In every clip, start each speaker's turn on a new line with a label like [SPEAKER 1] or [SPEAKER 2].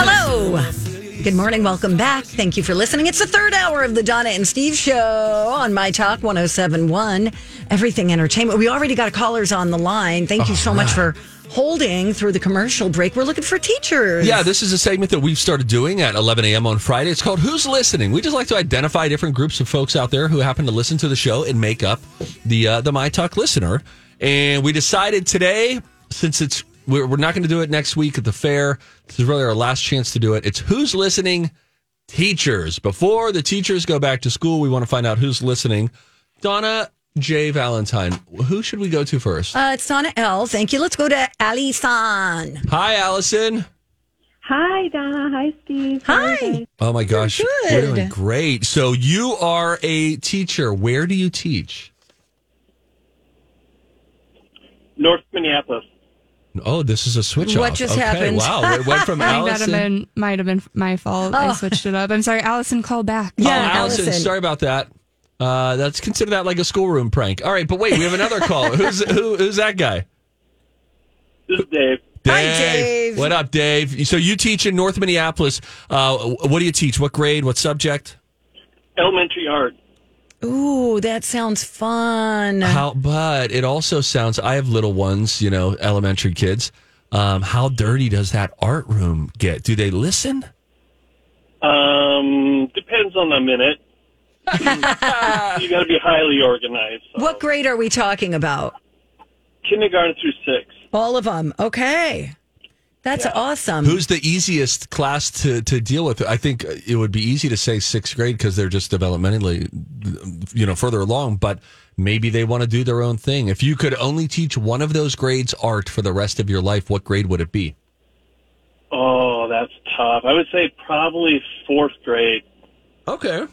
[SPEAKER 1] Hello. Good morning. Welcome back. Thank you for listening. It's the third hour of the Donna and Steve show on My Talk 1071, Everything Entertainment. We already got callers on the line. Thank you so much for holding through the commercial break. We're looking for teachers.
[SPEAKER 2] Yeah, this is a segment that we've started doing at 11 a.m. on Friday. It's called Who's Listening? We just like to identify different groups of folks out there who happen to listen to the show and make up the uh, the My Talk listener. And we decided today, since it's we're, we're not going to do it next week at the fair. This is really our last chance to do it. It's Who's Listening? Teachers. Before the teachers go back to school, we want to find out who's listening. Donna J. Valentine, who should we go to first?
[SPEAKER 1] Uh, it's Donna L. Thank you. Let's go to Alison.
[SPEAKER 2] Hi, Allison.
[SPEAKER 3] Hi, Donna. Hi, Steve. How are you
[SPEAKER 1] Hi.
[SPEAKER 3] guys?
[SPEAKER 2] Oh my gosh,
[SPEAKER 1] good.
[SPEAKER 2] we're doing great. So you are a teacher. Where do you teach?
[SPEAKER 4] North Minneapolis.
[SPEAKER 2] Oh, this is a switch
[SPEAKER 1] What
[SPEAKER 2] off.
[SPEAKER 1] just
[SPEAKER 2] okay,
[SPEAKER 1] happened?
[SPEAKER 2] Wow, it went from
[SPEAKER 5] I think that have
[SPEAKER 2] Allison.
[SPEAKER 5] been might have been my fault. I switched it up. I'm sorry, Allison. Call back.
[SPEAKER 2] Oh,
[SPEAKER 1] Yeah,
[SPEAKER 2] Allison,
[SPEAKER 1] Allison.
[SPEAKER 2] Sorry about that. Uh, that's consider that like a schoolroom prank. All right, but wait, we have another call. who's who, who's that guy?
[SPEAKER 4] This is Dave.
[SPEAKER 1] Hi, Dave.
[SPEAKER 2] What up, Dave? So you teach in North Minneapolis. Uh, what do you teach? What grade? What subject?
[SPEAKER 4] Elementary art.
[SPEAKER 1] Ooh, that sounds fun.
[SPEAKER 2] How? But it also sounds. I have little ones, you know, elementary kids. Um, how dirty does that art room get? Do they listen?
[SPEAKER 4] Um, depends on the minute. you got to be highly organized. so.
[SPEAKER 1] What grade are we talking about?
[SPEAKER 4] Kindergarten through six.
[SPEAKER 1] All of them. Okay. That's awesome.
[SPEAKER 2] Who's the easiest class to, to deal with? I think it would be easy to say sixth grade because they're just developmentally, you know, further along, but maybe they want to do their own thing. If you could only teach one of those grades art for the rest of your life, what grade would it be?
[SPEAKER 4] Oh, that's tough. I would say probably fourth grade.
[SPEAKER 2] Okay.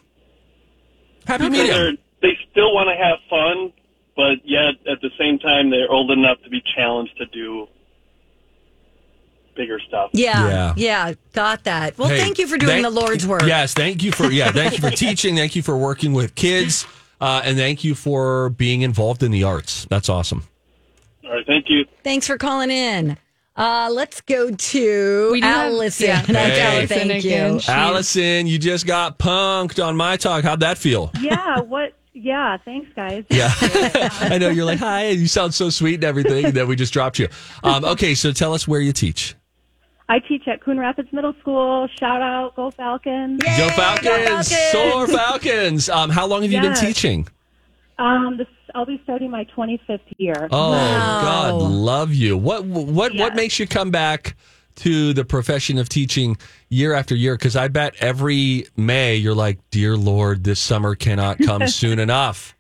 [SPEAKER 2] Happy
[SPEAKER 4] They're-
[SPEAKER 2] medium.
[SPEAKER 4] They still want to have fun, but yet at the same time, they're old enough to be challenged to do bigger stuff.
[SPEAKER 1] yeah,
[SPEAKER 2] Yeah.
[SPEAKER 1] yeah, got that. Well,
[SPEAKER 2] Hey,
[SPEAKER 1] thank you for doing
[SPEAKER 2] thank-
[SPEAKER 1] the Lord's work.
[SPEAKER 2] Yes, thank you for yeah, thank you for teaching, thank you for working with kids, uh, and thank you for being involved in the arts. That's awesome.
[SPEAKER 4] All right, thank you.
[SPEAKER 1] Thanks for calling in. Uh, let's go to
[SPEAKER 5] We do have-
[SPEAKER 1] Allison.
[SPEAKER 5] yeah.
[SPEAKER 1] That's
[SPEAKER 2] Hey.
[SPEAKER 1] Allison, Thank
[SPEAKER 5] Again.
[SPEAKER 1] you.
[SPEAKER 5] Jeez.
[SPEAKER 2] Allison, you just got punked on my talk. How'd that feel?
[SPEAKER 3] Yeah, what? Yeah, thanks, guys.
[SPEAKER 2] Yeah. I know. You're like, hi. and You sound so sweet and everything that we just dropped you. Um, okay. So tell us where you teach.
[SPEAKER 3] I teach at Coon Rapids Middle School. Shout out, go Falcons.
[SPEAKER 2] Go Falcons.
[SPEAKER 1] Falcons!
[SPEAKER 2] Soar Falcons. Um, how long have you
[SPEAKER 3] Yes.
[SPEAKER 2] been teaching?
[SPEAKER 3] Um, this, I'll be starting my 25th year.
[SPEAKER 2] Oh,
[SPEAKER 1] Wow.
[SPEAKER 2] God, love you. What, what, what
[SPEAKER 3] Yes.
[SPEAKER 2] makes you come back to the profession of teaching year after year? Cause I bet every May you're like, dear Lord, this summer cannot come soon enough.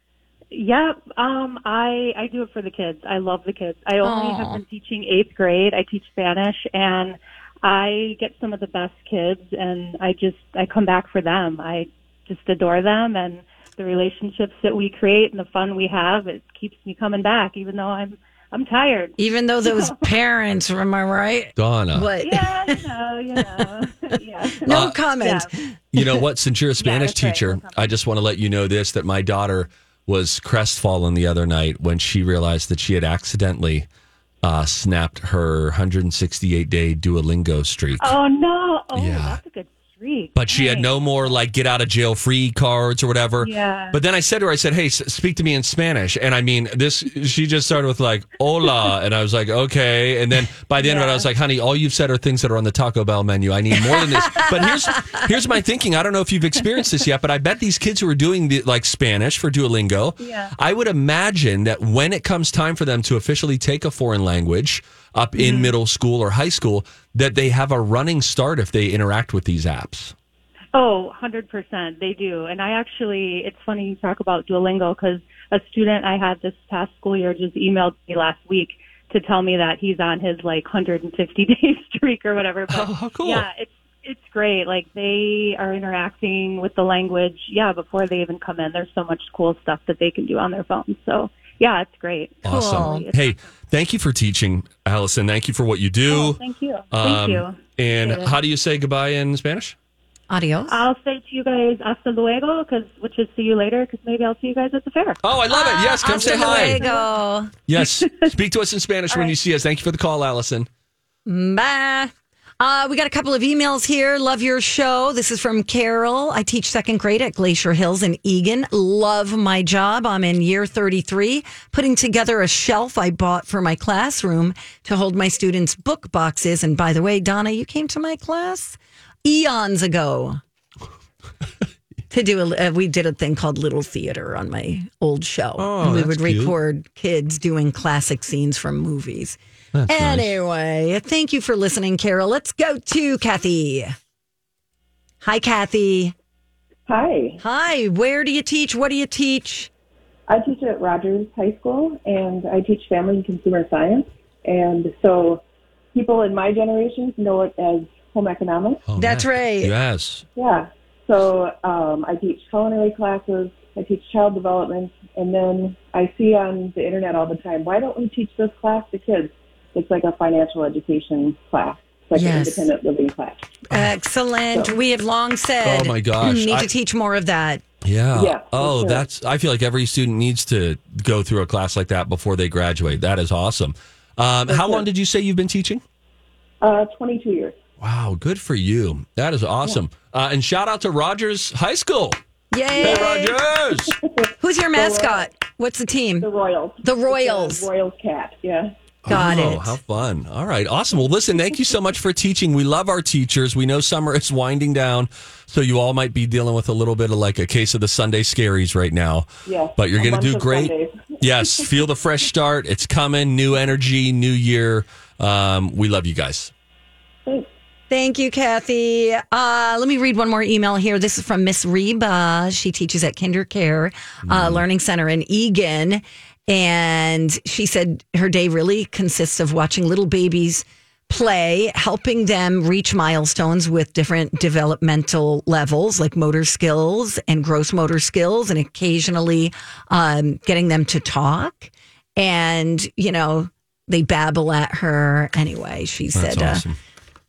[SPEAKER 3] Yep. Um, I I do it for the kids. I love the kids. I only
[SPEAKER 5] Aw.
[SPEAKER 3] have been teaching eighth grade. I teach Spanish, and I get some of the best kids, and I just I come back for them. I just adore them, and the relationships that we create and the fun we have. It keeps me coming back, even though I'm I'm tired.
[SPEAKER 1] Even though those parents, am I right?
[SPEAKER 2] Donna.
[SPEAKER 1] What?
[SPEAKER 3] Yeah, you know, you know, yeah.
[SPEAKER 1] No
[SPEAKER 2] Uh,
[SPEAKER 1] comment.
[SPEAKER 2] You know what? Since you're a Spanish
[SPEAKER 3] that's right.
[SPEAKER 2] teacher, I just want to let you know this that my daughter was crestfallen the other night when she realized that she had accidentally uh, snapped her 168 day Duolingo streak.
[SPEAKER 3] Oh no! Oh,
[SPEAKER 2] Yeah.
[SPEAKER 3] that's a good streak.
[SPEAKER 2] But she had
[SPEAKER 3] Dang.
[SPEAKER 2] no more like get out of jail free cards or whatever.
[SPEAKER 3] Yeah.
[SPEAKER 2] But then I said to her, I said, "Hey, s- speak to me in Spanish." And I mean, this she just started with like "Hola," and I was like, "Okay." And then by the end of it, I was like, "Honey, all you've said are things that are on the Taco Bell menu. I need more than this." but here's here's my thinking. I don't know if you've experienced this yet, but I bet these kids who are doing the, like Spanish for Duolingo,
[SPEAKER 3] Yeah.
[SPEAKER 2] I would imagine that when it comes time for them to officially take a foreign language up
[SPEAKER 3] Mm-hmm.
[SPEAKER 2] in middle school or high school, that they have a running start if they interact with these apps.
[SPEAKER 3] Oh, 100%. They do. And I actually, it's funny you talk about Duolingo because a student I had this past school year just emailed me last week to tell me that he's on his like 150 day streak or whatever. But
[SPEAKER 2] Oh, how cool.
[SPEAKER 3] Yeah, it's, it's great. Like they are interacting with the language, yeah, before they even come in. There's so much cool stuff that they can do on their phones. So yeah, it's great.
[SPEAKER 2] Awesome. Hey, thank you for teaching, Allison. Thank you for what you do.
[SPEAKER 3] Oh, thank you.
[SPEAKER 2] Um,
[SPEAKER 3] thank you.
[SPEAKER 2] And
[SPEAKER 3] Appreciate it.
[SPEAKER 2] how do you say goodbye in Spanish?
[SPEAKER 1] Adios.
[SPEAKER 5] Uh,
[SPEAKER 3] I'll say to you guys hasta luego, cause, which is see you later, because maybe I'll see you guys at the fair.
[SPEAKER 2] Oh, I love it. Yes, come say hi.
[SPEAKER 1] Luego.
[SPEAKER 2] Yes, speak to us in Spanish when you see us. Thank you for the call, Allison.
[SPEAKER 1] Bye. Uh, we got a couple of emails here. Love your show. This is from Carol. I teach second grade at Glacier Hills in Egan. Love my job. I'm in year 33, putting together a shelf I bought for my classroom to hold my students' book boxes. And by the way, Donna, you came to my class eons ago. to do a, uh, we did a thing called Little Theater on my old show.
[SPEAKER 2] Oh,
[SPEAKER 1] and we
[SPEAKER 2] that's
[SPEAKER 1] would
[SPEAKER 2] cute.
[SPEAKER 1] record kids doing classic scenes from movies.
[SPEAKER 2] nice.
[SPEAKER 1] anyway, thank you for listening, Carol. Let's go to Kathy. Hi, Kathy.
[SPEAKER 6] Hi,
[SPEAKER 1] Hi, where do you teach? What do you teach?
[SPEAKER 6] I teach at Rogers High School, and I teach family and consumer science. And so, people in my generation know it as home economics.
[SPEAKER 2] Oh,
[SPEAKER 1] That's right.
[SPEAKER 2] Yes.
[SPEAKER 6] Yeah. So um, I teach culinary classes. I teach child development, and then I see on the internet all the time. Why don't we teach this class to kids? It's like a financial education class, It's like
[SPEAKER 1] Yes.
[SPEAKER 6] an independent living class.
[SPEAKER 1] Excellent. We have long said,
[SPEAKER 2] Oh, my gosh.
[SPEAKER 1] need
[SPEAKER 2] I-
[SPEAKER 1] to teach more of that.
[SPEAKER 2] Yeah.
[SPEAKER 6] Yeah, for
[SPEAKER 2] oh,
[SPEAKER 6] sure.
[SPEAKER 2] that's. I feel like every student needs to go through a class like that before they graduate. That is awesome. Um, how long did you say you've been teaching?
[SPEAKER 6] Uh, 22 years.
[SPEAKER 2] Wow, good for you. That is awesome. Uh, and shout out to Rogers High School. Hey,
[SPEAKER 1] Yay!
[SPEAKER 2] Rogers.
[SPEAKER 1] Who's your mascot? What's the team?
[SPEAKER 6] The Royals.
[SPEAKER 1] The Royals.
[SPEAKER 6] Royals cat. Yeah.
[SPEAKER 1] Got
[SPEAKER 2] oh,
[SPEAKER 1] it.
[SPEAKER 2] How fun. All right. Awesome. Well, listen, thank you so much for teaching. We love our teachers. We know summer is winding down, so you all might be dealing with a little bit of like a case of the Sunday scaries right now.
[SPEAKER 6] Yes,
[SPEAKER 2] But you're
[SPEAKER 6] a
[SPEAKER 2] going to
[SPEAKER 6] bunch
[SPEAKER 2] do
[SPEAKER 6] of
[SPEAKER 2] great.
[SPEAKER 6] Sundays.
[SPEAKER 2] yes. Feel the fresh start. It's coming. New energy, new year. Um, we love you guys.
[SPEAKER 6] Thanks.
[SPEAKER 1] Thank you, Kathy. Uh, let me read one more email here. This is from Miss Reba. She teaches at Kinder Care
[SPEAKER 2] Mm.
[SPEAKER 1] uh, Learning Center in Egan. And she said her day really consists of watching little babies play, helping them reach milestones with different developmental levels like motor skills and gross motor skills, and occasionally um, getting them to talk. And, you know, they babble at her. Anyway, she
[SPEAKER 2] That's
[SPEAKER 1] said, uh,
[SPEAKER 2] awesome.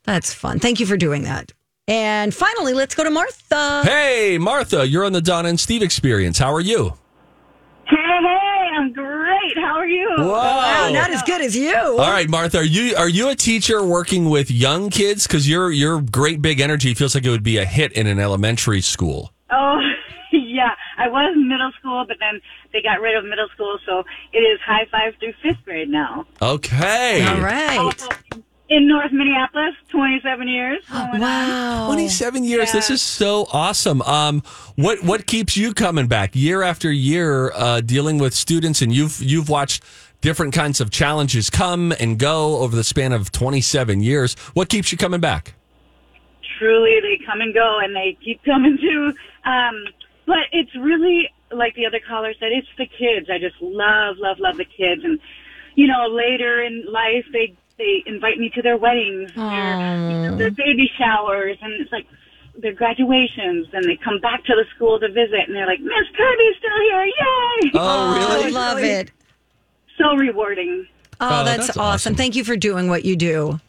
[SPEAKER 1] that's fun. Thank you for doing that. And finally, let's go to Martha.
[SPEAKER 2] Hey, Martha, you're on the Donna and Steve experience. How are you?
[SPEAKER 3] Hey, hey, I'm great. How are you?
[SPEAKER 2] Whoa.
[SPEAKER 1] Wow, not as good as you.
[SPEAKER 2] All right, Martha, are you are you a teacher working with young kids? Because your your great big energy feels like it would be a hit in an elementary school.
[SPEAKER 3] Oh, yeah. I was middle school, but then they got rid of middle school, so it is high five through fifth grade now.
[SPEAKER 2] Okay,
[SPEAKER 1] All right.
[SPEAKER 3] In North Minneapolis, 27 years. going on.
[SPEAKER 1] Wow.
[SPEAKER 2] twenty seven years. This is so awesome. Um, what what keeps you coming back year after year, uh, dealing with students, and you've you've watched different kinds of challenges come and go over the span of twenty seven years. What keeps you coming back?
[SPEAKER 3] Truly, they come and go, and they keep coming too. Um, but it's really, like the other caller said, it's the kids. I just love, love, love the kids. And, you know, later in life, they, they invite me to their weddings, their, you know, their baby showers, and it's like, their graduations and they come back to the school to visit and they're like, Miss Kirby's still here, yay!
[SPEAKER 2] Oh,
[SPEAKER 1] I
[SPEAKER 2] really?
[SPEAKER 1] love it.
[SPEAKER 3] So rewarding.
[SPEAKER 1] Oh,
[SPEAKER 2] Oh,
[SPEAKER 1] that's,
[SPEAKER 2] that's
[SPEAKER 1] awesome.
[SPEAKER 2] awesome.
[SPEAKER 1] Thank you for doing what you do.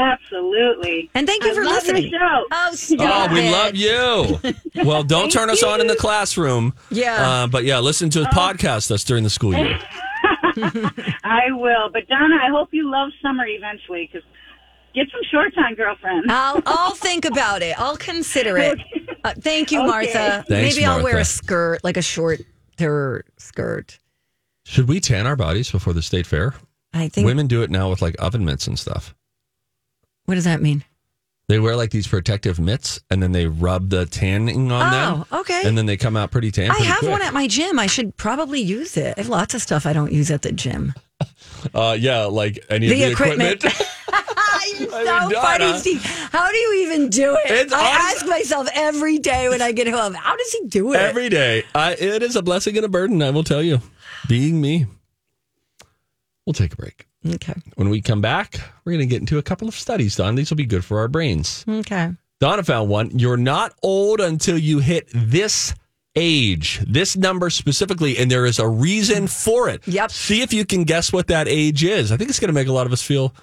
[SPEAKER 3] Absolutely.
[SPEAKER 1] And thank you
[SPEAKER 3] I
[SPEAKER 1] for
[SPEAKER 3] love your
[SPEAKER 1] listening.
[SPEAKER 3] show.
[SPEAKER 1] Oh,
[SPEAKER 2] Oh,
[SPEAKER 1] stop
[SPEAKER 2] we
[SPEAKER 1] it.
[SPEAKER 2] love you. Well, don't turn us on in the classroom.
[SPEAKER 1] Yeah. Uh-huh.
[SPEAKER 2] Uh, but yeah, listen to a podcast us during the school year.
[SPEAKER 3] I will. But Donna, I hope you love summer eventually because Get some shorts on, girlfriend.
[SPEAKER 1] I'll, I'll think about it. I'll consider it. Uh, thank you,
[SPEAKER 3] Okay.
[SPEAKER 1] Martha.
[SPEAKER 2] Thanks,
[SPEAKER 1] Maybe I'll wear a
[SPEAKER 2] Martha.
[SPEAKER 1] skirt, like a shorter skirt.
[SPEAKER 2] Should we tan our bodies before the state fair?
[SPEAKER 1] I think.
[SPEAKER 2] Women do it now with like oven mitts and stuff.
[SPEAKER 1] What does that mean?
[SPEAKER 2] They wear like these protective mitts and then they rub the tanning on them.
[SPEAKER 1] Oh, okay.
[SPEAKER 2] And then they come out pretty tan.
[SPEAKER 1] I
[SPEAKER 2] pretty
[SPEAKER 1] have
[SPEAKER 2] quick.
[SPEAKER 1] one at my gym. I should probably use it. I have lots of stuff I don't use at the gym.
[SPEAKER 2] Uh, yeah, like any of
[SPEAKER 1] The
[SPEAKER 2] the equipment.
[SPEAKER 1] You're
[SPEAKER 2] I
[SPEAKER 1] so
[SPEAKER 2] mean,
[SPEAKER 1] funny,
[SPEAKER 2] Donna.
[SPEAKER 1] Steve. How do you even do it?
[SPEAKER 2] It's
[SPEAKER 1] I
[SPEAKER 2] honest-
[SPEAKER 1] ask myself every day when I get home, how does he do it?
[SPEAKER 2] Every day. I, it is a blessing and a burden, I will tell you. Being me. We'll take a break.
[SPEAKER 1] okay.
[SPEAKER 2] When we come back, we're going to get into a couple of studies, Don. These will be good for our brains.
[SPEAKER 1] Okay.
[SPEAKER 2] Donna found one. You're not old until you hit this age, this number specifically, and there is a reason for it.
[SPEAKER 1] Yep.
[SPEAKER 2] See if you can guess what that age is. I think it's going to make a lot of us feel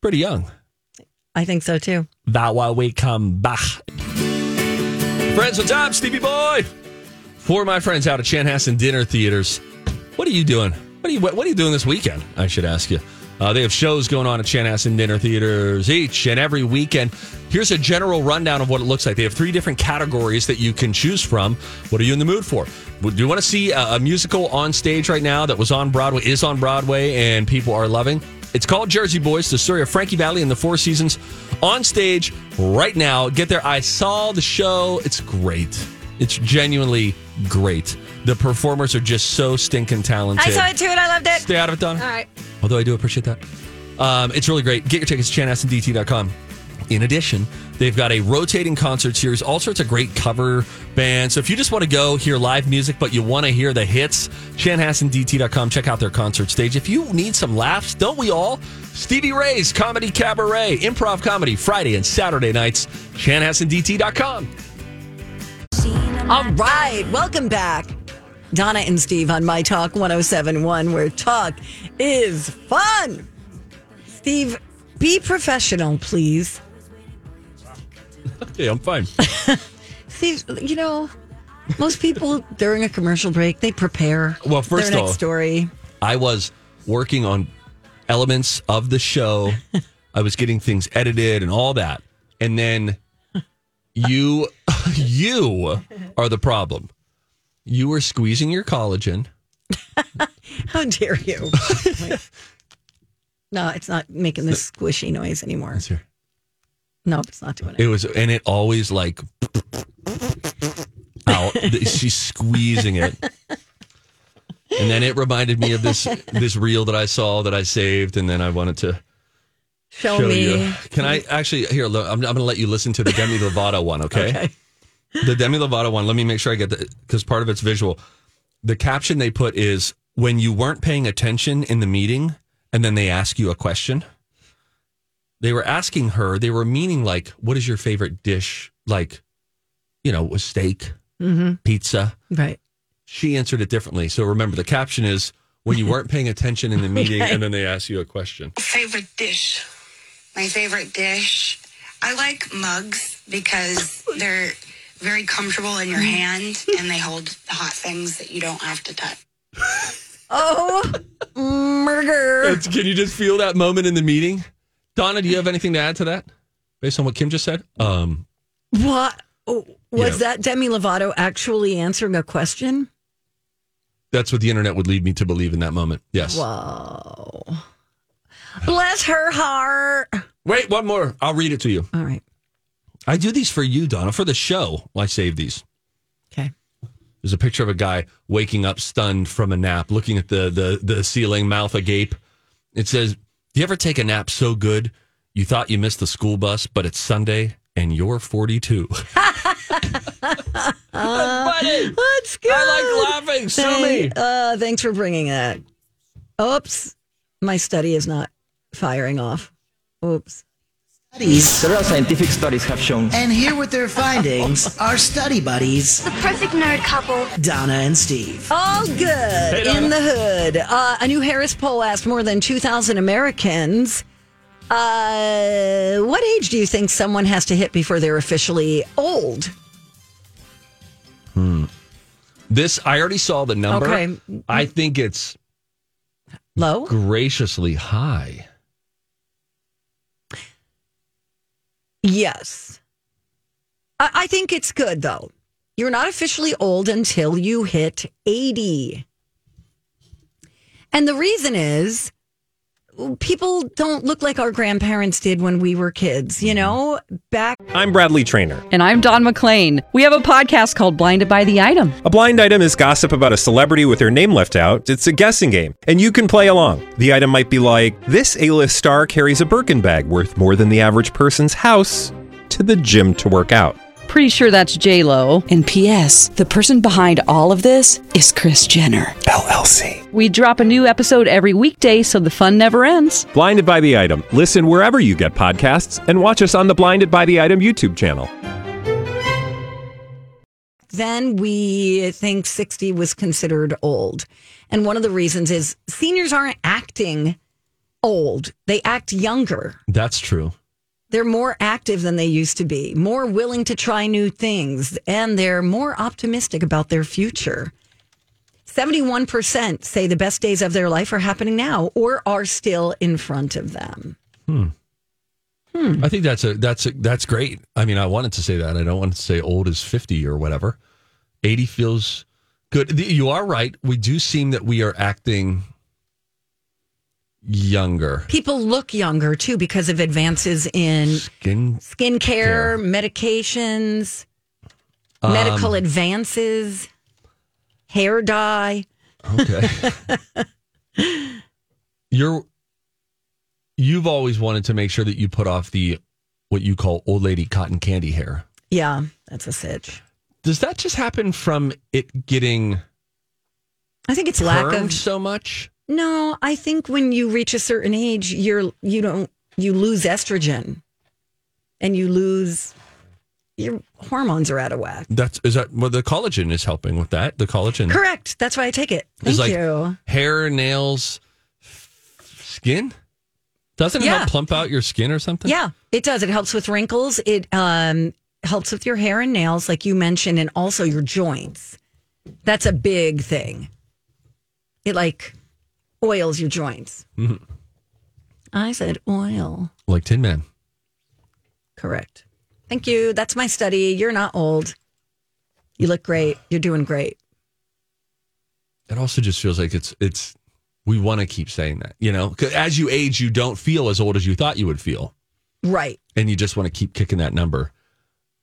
[SPEAKER 2] pretty young.
[SPEAKER 1] I think so too.
[SPEAKER 2] That while we come back. Friends, what's up, Stevie Boy? For my friends out at Chanhassen Dinner Theaters, what are you doing? What are you What are you doing this weekend? I should ask you. Uh, they have shows going on at Chanhassen Dinner Theaters each and every weekend. Here's a general rundown of what it looks like. They have three different categories that you can choose from. What are you in the mood for? Do you want to see a, a musical on stage right now that was on Broadway, is on Broadway, and people are loving? It's called Jersey Boys, the story of Frankie Valley and the Four Seasons on stage right now. Get there. I saw the show. It's great. It's genuinely great. The performers are just so stinking talented.
[SPEAKER 1] I saw it too and I loved it.
[SPEAKER 2] Stay out of it, Donna.
[SPEAKER 1] All right.
[SPEAKER 2] Although I do appreciate that. Um, it's really great. Get your tickets at chanassendt.com. In addition, they've got a rotating concert series, all sorts of great cover bands. So if you just want to go hear live music, but you want to hear the hits, chanhassendt.com. Check out their concert stage. If you need some laughs, don't we all? Stevie Ray's Comedy Cabaret, improv comedy, Friday and Saturday nights, chanhassendt.com.
[SPEAKER 1] All right. Welcome back. Donna and Steve on My Talk 1071, where talk is fun. Steve, be professional, please.
[SPEAKER 2] Yeah, I'm fine.
[SPEAKER 1] Steve, you know, most people during a commercial break, they prepare
[SPEAKER 2] Well, first
[SPEAKER 1] their
[SPEAKER 2] of all-
[SPEAKER 1] next story.
[SPEAKER 2] I was working on elements of the show. I was getting things edited and all that. And then you you are the problem. You were squeezing your collagen.
[SPEAKER 1] How dare you? no, it's not making this squishy noise anymore. No, it's not doing it.
[SPEAKER 2] It was and it always like out. She's squeezing it. And then it reminded me of this this reel that I saw that I saved and then I wanted to
[SPEAKER 1] Show,
[SPEAKER 2] show
[SPEAKER 1] me.
[SPEAKER 2] you. Can I actually here? Look, I'm, I'm going to let you listen to the Demi Lovato one, okay?
[SPEAKER 1] Okay.
[SPEAKER 2] The Demi Lovato one. Let me make sure I get the because part of it's visual. The caption they put is when you weren't paying attention in the meeting, and then they ask you a question. They were asking her. They were meaning like, "What is your favorite dish?" Like, you know, a steak, pizza.
[SPEAKER 1] Mm-hmm. Right.
[SPEAKER 2] She answered it differently. So remember, the caption is when you weren't paying attention in the meeting, and then they ask you a question.
[SPEAKER 7] favorite dish. My favorite dish. I like mugs because they're very comfortable in your
[SPEAKER 1] Mm-hmm.
[SPEAKER 7] hand and they hold hot things that you don't have to touch.
[SPEAKER 1] Oh, murder.
[SPEAKER 2] It's- can you just feel that moment in the meeting? Donna, do you have anything to add to that based on what Kim just said? Um,
[SPEAKER 1] What? Oh, was
[SPEAKER 2] Yeah.
[SPEAKER 1] that Demi Lovato actually answering a question?
[SPEAKER 2] that's what the internet would lead me to believe in that moment. Yes.
[SPEAKER 1] Whoa. Bless her heart.
[SPEAKER 2] Wait, one more. I'll read it to you.
[SPEAKER 1] All right.
[SPEAKER 2] I do these for you, Donna, for the show. I save these.
[SPEAKER 1] Okay.
[SPEAKER 2] There's a picture of a guy waking up stunned from a nap, looking at the the the ceiling, mouth agape. It says, "Do you ever take a nap so good you thought you missed the school bus, but it's Sunday and you're 42?" That's funny.
[SPEAKER 1] Let's go.
[SPEAKER 2] I like laughing. Sue me.
[SPEAKER 1] Uh, thanks for bringing that. Oops. My study is not firing off. Oops.
[SPEAKER 8] Several scientific studies have shown. And here with their findings are study buddies
[SPEAKER 9] The perfect nerd couple.
[SPEAKER 8] Donna and Steve.
[SPEAKER 1] All good in the hood. Uh, a new Harris poll asked more than 2,000 Americans uh, what age do you think someone has to hit before they're officially old?
[SPEAKER 2] This I already saw the number.
[SPEAKER 1] Okay.
[SPEAKER 2] I think it's
[SPEAKER 1] Low?
[SPEAKER 2] graciously high.
[SPEAKER 1] Yes. I, I think it's good, though. You're not officially old until you hit 80. And the reason is people don't look like our grandparents did when we were kids, you know? Back
[SPEAKER 9] I'm Bradley Trainer.
[SPEAKER 10] And I'm Don McClain. We have a podcast called Blinded by the Item.
[SPEAKER 9] A blind item is gossip about a celebrity with their name left out. It's a guessing game, and you can play along. The item might be like this: A-list star carries a Birkin bag worth more than the average person's house to the gym to work out.
[SPEAKER 10] Pretty sure that's J Lo. And P.S. The person behind all of this is Chris Jenner LLC. We drop a new episode every weekday, so the fun never ends.
[SPEAKER 9] Blinded by the item. Listen wherever you get podcasts, and watch us on the Blinded by the Item YouTube channel.
[SPEAKER 1] then we think 60 was considered old. And one of the reasons is seniors aren't acting old, they act younger.
[SPEAKER 2] That's true.
[SPEAKER 1] They're more active than they used to be, more willing to try new things, and they're more optimistic about their future. 71% say the best days of their life are happening now or are still in front of them.
[SPEAKER 2] Hmm. I think that's a that's a that's great. I mean, I wanted to say that. I don't want to say old is fifty or whatever. Eighty feels good. The- You are right. We do seem that we are acting younger.
[SPEAKER 1] People look younger too because of advances in
[SPEAKER 2] Skin
[SPEAKER 1] skincare, medications,
[SPEAKER 2] Um,
[SPEAKER 1] medical advances, hair dye.
[SPEAKER 2] Okay. You're you've always wanted to make sure that you put off the what you call old lady cotton candy hair.
[SPEAKER 1] Yeah, that's a sitch.
[SPEAKER 2] Does that just happen from it getting
[SPEAKER 1] I think it's lack
[SPEAKER 2] permed
[SPEAKER 1] of
[SPEAKER 2] so much?
[SPEAKER 1] No, I think when you reach a certain age, you're you don't you lose estrogen, and you lose your hormones are out of whack.
[SPEAKER 2] That's is that well the collagen is helping with that. The collagen
[SPEAKER 1] Correct. That's why I take it.
[SPEAKER 2] It's
[SPEAKER 1] Thank
[SPEAKER 2] like-
[SPEAKER 1] you.
[SPEAKER 2] hair, nails, skin. Doesn't it
[SPEAKER 1] Yeah.
[SPEAKER 2] help plump out your skin or something?
[SPEAKER 1] Yeah, it does. It helps with wrinkles. It um, helps with your hair and nails, like you mentioned, and also your joints. That's a big thing. It like oils your joints.
[SPEAKER 2] Mhm.
[SPEAKER 1] Mm-hmm. I said oil.
[SPEAKER 2] Like Tin Man.
[SPEAKER 1] Correct. Thank you. That's my study. You're not old. You look great. You're doing great.
[SPEAKER 2] It also just feels like it's it's we want to keep saying that, you know, 'Cause as you age, you don't feel as old as you thought you would feel,
[SPEAKER 1] Right.
[SPEAKER 2] and you just want to keep kicking that number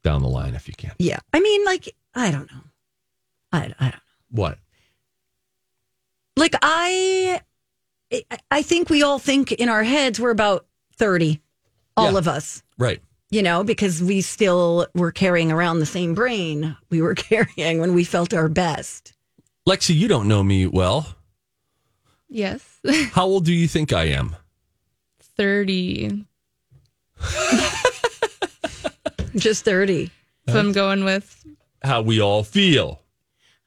[SPEAKER 2] down the line if you can.
[SPEAKER 1] Yeah. I mean, like, I don't know. I, I don't
[SPEAKER 2] What?
[SPEAKER 1] like I I- I think we all think in our heads we're about 30 all of us
[SPEAKER 2] Right.
[SPEAKER 1] you know because we still were carrying around the same brain we were carrying when we felt our best
[SPEAKER 2] Lexi, you don't know me well.
[SPEAKER 5] Yes.
[SPEAKER 2] How old do you think I am?
[SPEAKER 5] 30.
[SPEAKER 1] just 30.
[SPEAKER 5] So I'm going with
[SPEAKER 2] How we all feel.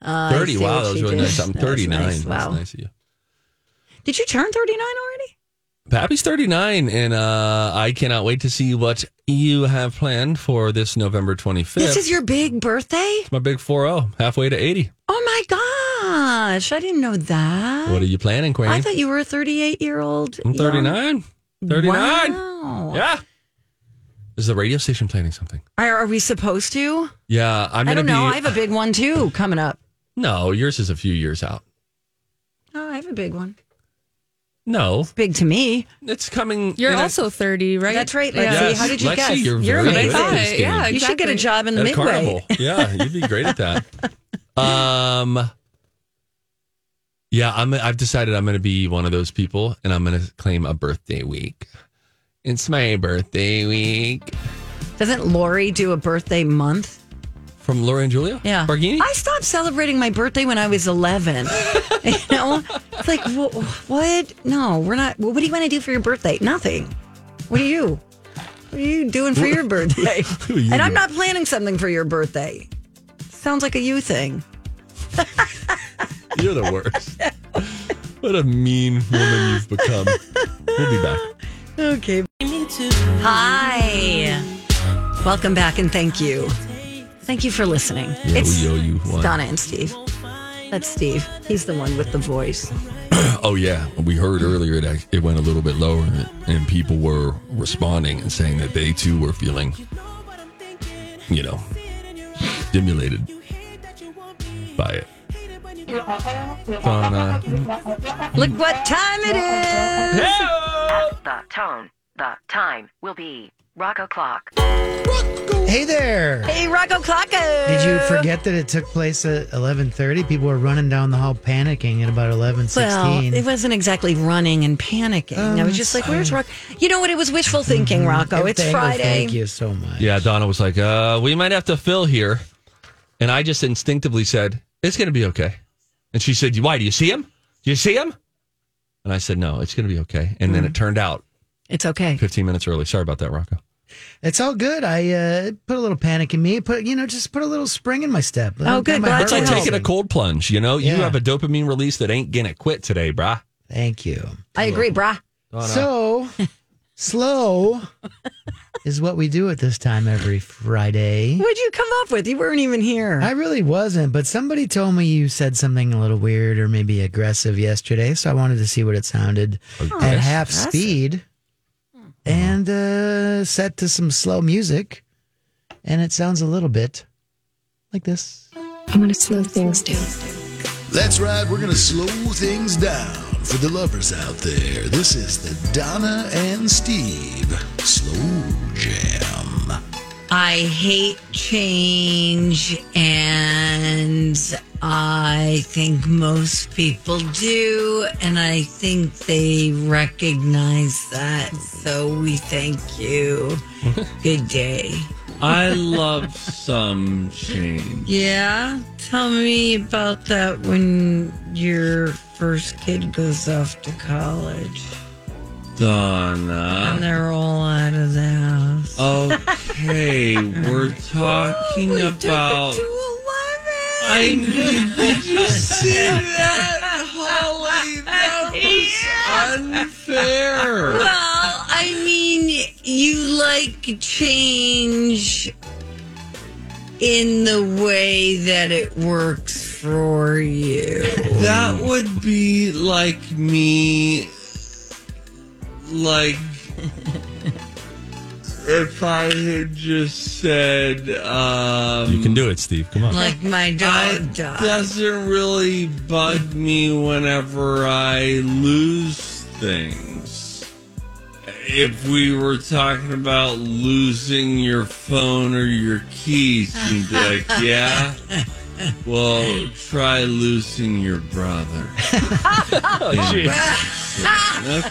[SPEAKER 1] Uh, I
[SPEAKER 2] 30.
[SPEAKER 1] see
[SPEAKER 2] Wow,
[SPEAKER 1] what
[SPEAKER 2] that was
[SPEAKER 1] you
[SPEAKER 2] really
[SPEAKER 1] did.
[SPEAKER 2] nice. I'm
[SPEAKER 1] That was
[SPEAKER 2] 39.
[SPEAKER 1] nice.
[SPEAKER 2] That's
[SPEAKER 1] Wow.
[SPEAKER 2] nice of you.
[SPEAKER 1] Did you turn 39 already?
[SPEAKER 2] Pappy's 39, and uh, I cannot wait to see what you have planned for this November 25th.
[SPEAKER 1] This is your big birthday?
[SPEAKER 2] It's my big 4 halfway to 80.
[SPEAKER 1] Oh my gosh. I didn't know that.
[SPEAKER 2] What are you planning, Queen?
[SPEAKER 1] I thought you were a 38 year old.
[SPEAKER 2] I'm 39. 39.
[SPEAKER 1] Wow.
[SPEAKER 2] Yeah. Is the radio station planning something?
[SPEAKER 1] Are, are we supposed to?
[SPEAKER 2] Yeah, I'm
[SPEAKER 1] I
[SPEAKER 2] going to
[SPEAKER 1] don't
[SPEAKER 2] be.
[SPEAKER 1] know. I have a big one too coming up.
[SPEAKER 2] no, yours is a few years out.
[SPEAKER 1] Oh, I have a big one.
[SPEAKER 2] No,
[SPEAKER 1] Big to me.
[SPEAKER 2] it's coming.
[SPEAKER 5] You're
[SPEAKER 2] in a-
[SPEAKER 5] also 30, right?
[SPEAKER 1] That's right, Lexi.
[SPEAKER 5] Yeah.
[SPEAKER 1] How did you
[SPEAKER 2] Lexi,
[SPEAKER 1] guess?
[SPEAKER 2] you're very
[SPEAKER 5] good at
[SPEAKER 1] amazing.
[SPEAKER 5] this game. Yeah,
[SPEAKER 1] You should get a
[SPEAKER 5] exactly.
[SPEAKER 1] job in
[SPEAKER 2] at a
[SPEAKER 1] Midway.
[SPEAKER 2] carnival. Yeah, you'd be great at that. Um, yeah, I'm. I've decided I'm going to be one of those people, and I'm going to claim a birthday week. It's my birthday week
[SPEAKER 1] Doesn't Lori do a birthday month?
[SPEAKER 2] from Laura and Julia.
[SPEAKER 1] Yeah.
[SPEAKER 2] Bargini.
[SPEAKER 1] I stopped celebrating my birthday when I was 11. you know? It's like, wh- what? No, we're not. What do you want to do for your birthday? Nothing. What do you? What are you doing for your birthday?
[SPEAKER 2] are you
[SPEAKER 1] and I'm
[SPEAKER 2] doing?
[SPEAKER 1] not planning something for your birthday. Sounds like a you thing.
[SPEAKER 2] You're the worst. what a mean woman you've become. We'll be back.
[SPEAKER 1] Okay. Hi. Welcome back and thank you. Thank you for listening.
[SPEAKER 2] Yeah,
[SPEAKER 1] it's
[SPEAKER 2] we owe you
[SPEAKER 1] it's
[SPEAKER 2] one.
[SPEAKER 1] Donna and Steve. That's Steve. He's the one with the voice.
[SPEAKER 2] oh yeah, we heard earlier that it went a little bit lower, and people were responding and saying that they too were feeling, you know, stimulated by it. Donna.
[SPEAKER 1] Look what time it is.
[SPEAKER 11] At the tone, the time will be rock o'clock.
[SPEAKER 8] Hey there.
[SPEAKER 1] Hey, Rocco Clocko.
[SPEAKER 12] Did you forget that it took place at 11:30? People were running down the hall panicking at about 11:16.
[SPEAKER 1] Well, it wasn't exactly running and panicking. I
[SPEAKER 12] Um,
[SPEAKER 1] was just like, "Where's Rocco?" You know what? It was wishful
[SPEAKER 12] Mm-hmm.
[SPEAKER 1] thinking, Rocco.
[SPEAKER 12] And
[SPEAKER 1] It's
[SPEAKER 12] thank-
[SPEAKER 1] Friday.
[SPEAKER 12] Thank you so much.
[SPEAKER 2] Yeah, Donna was like, uh, "We might have to fill here," and I just instinctively said, "It's going to be okay." And she said, "Why? Do you see him? Do you see him?" And I said, "No, it's going to be okay." And then it turned out
[SPEAKER 1] it's okay.
[SPEAKER 2] 15 minutes early. Sorry about that, Rocco.
[SPEAKER 12] It's all good. I uh, put a little panic in me. Put you know, just put a little spring in my step.
[SPEAKER 1] Oh,
[SPEAKER 12] Got my
[SPEAKER 2] It's like
[SPEAKER 12] heart racing.
[SPEAKER 2] taking a cold plunge. You know, you
[SPEAKER 12] Yeah.
[SPEAKER 2] have a dopamine release that ain't going to quit today, brah.
[SPEAKER 12] Thank you.
[SPEAKER 1] I agree, brah.
[SPEAKER 2] Donna.
[SPEAKER 12] So slow is what we do at this time every Friday.
[SPEAKER 1] What'd you come up with? You weren't even here.
[SPEAKER 12] I really wasn't, but somebody told me you said something a little weird or maybe aggressive yesterday, so I wanted to see what it sounded at half
[SPEAKER 8] Aggressive?
[SPEAKER 12] speed and uh, set to some slow music, and it sounds a little bit like this.
[SPEAKER 13] I'm going to slow things down.
[SPEAKER 14] That's right, we're going to slow things down for the lovers out there. This is the Donna and Steve Slow Jam.
[SPEAKER 1] I hate change, and I think most people do, and I think they recognize that. So we thank you. Good day.
[SPEAKER 15] I love some change.
[SPEAKER 1] Yeah, tell me about that when your first kid goes off to college and
[SPEAKER 15] Donna.
[SPEAKER 1] they're all out of the house.
[SPEAKER 15] Okay, we're talking about.
[SPEAKER 1] I
[SPEAKER 15] did you see
[SPEAKER 1] that, Holly? That was
[SPEAKER 15] unfair.
[SPEAKER 1] Well, I mean, you like change in the way that it works for you.
[SPEAKER 15] That would be like me, like if I had just said, um,
[SPEAKER 2] You can do it, Steve. Come on.
[SPEAKER 1] Like my dog died.
[SPEAKER 15] doesn't really bug me whenever I lose things. If we were talking about losing your phone or your keys, you'd be like, yeah. Well, try losing your brother. Okay,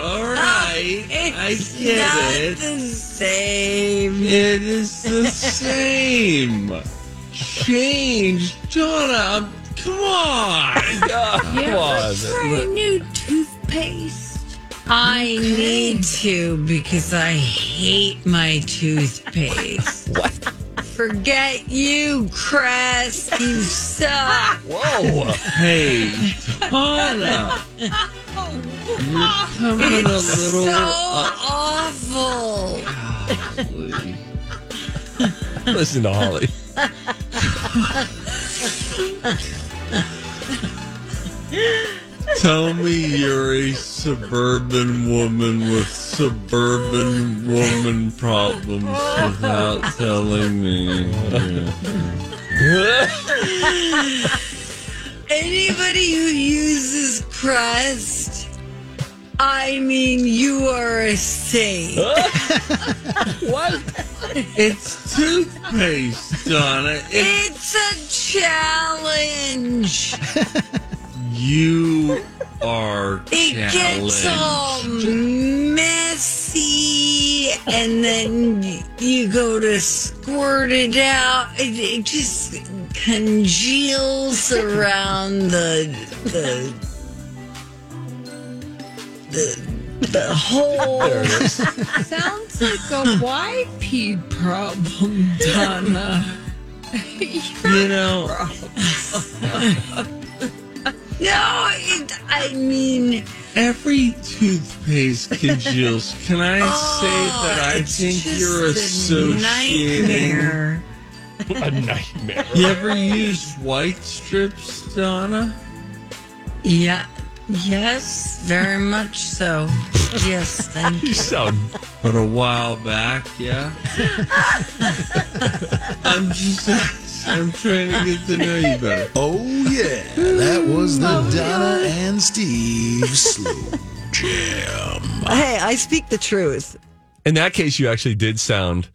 [SPEAKER 15] all right. I
[SPEAKER 1] It's
[SPEAKER 15] get
[SPEAKER 1] not
[SPEAKER 15] it.
[SPEAKER 1] the same.
[SPEAKER 15] It is the same. Change, Donna. Come on.
[SPEAKER 1] Yeah, try new toothpaste. I need to because I hate my toothpaste. what? Forget you, Crest. You suck.
[SPEAKER 15] Whoa. Hey, Donna. You're coming a
[SPEAKER 1] It's so
[SPEAKER 15] little. uh,
[SPEAKER 1] awful.
[SPEAKER 2] Listen to Holly.
[SPEAKER 15] Tell me you're a suburban woman with suburban woman problems without telling me.
[SPEAKER 1] Anybody who uses Crest, I mean, you are a saint.
[SPEAKER 15] what? It's toothpaste, Donna. It's
[SPEAKER 1] It's a challenge.
[SPEAKER 15] You are
[SPEAKER 1] It gets all
[SPEAKER 15] challenged.
[SPEAKER 1] messy, and then you go to squirt it out. It, it just congeals around the the the, the hole.
[SPEAKER 11] Sounds like a YP problem, Donna.
[SPEAKER 15] You know,
[SPEAKER 1] No, it, I mean,
[SPEAKER 15] every toothpaste congeals. Can I say that I
[SPEAKER 1] Oh, it's
[SPEAKER 15] think
[SPEAKER 1] just
[SPEAKER 15] you're
[SPEAKER 1] a
[SPEAKER 15] associating
[SPEAKER 1] nightmare.
[SPEAKER 15] a nightmare? You ever use white strips, Donna?
[SPEAKER 16] Yeah. Yes, very much so. Yes, thank you.
[SPEAKER 2] So,
[SPEAKER 15] but a while back, yeah. I'm just, I'm trying to get to know you better.
[SPEAKER 14] Oh yeah, that was the Donna and Steve slow jam.
[SPEAKER 1] Hey, I speak the truth.
[SPEAKER 2] In that case, you actually did sound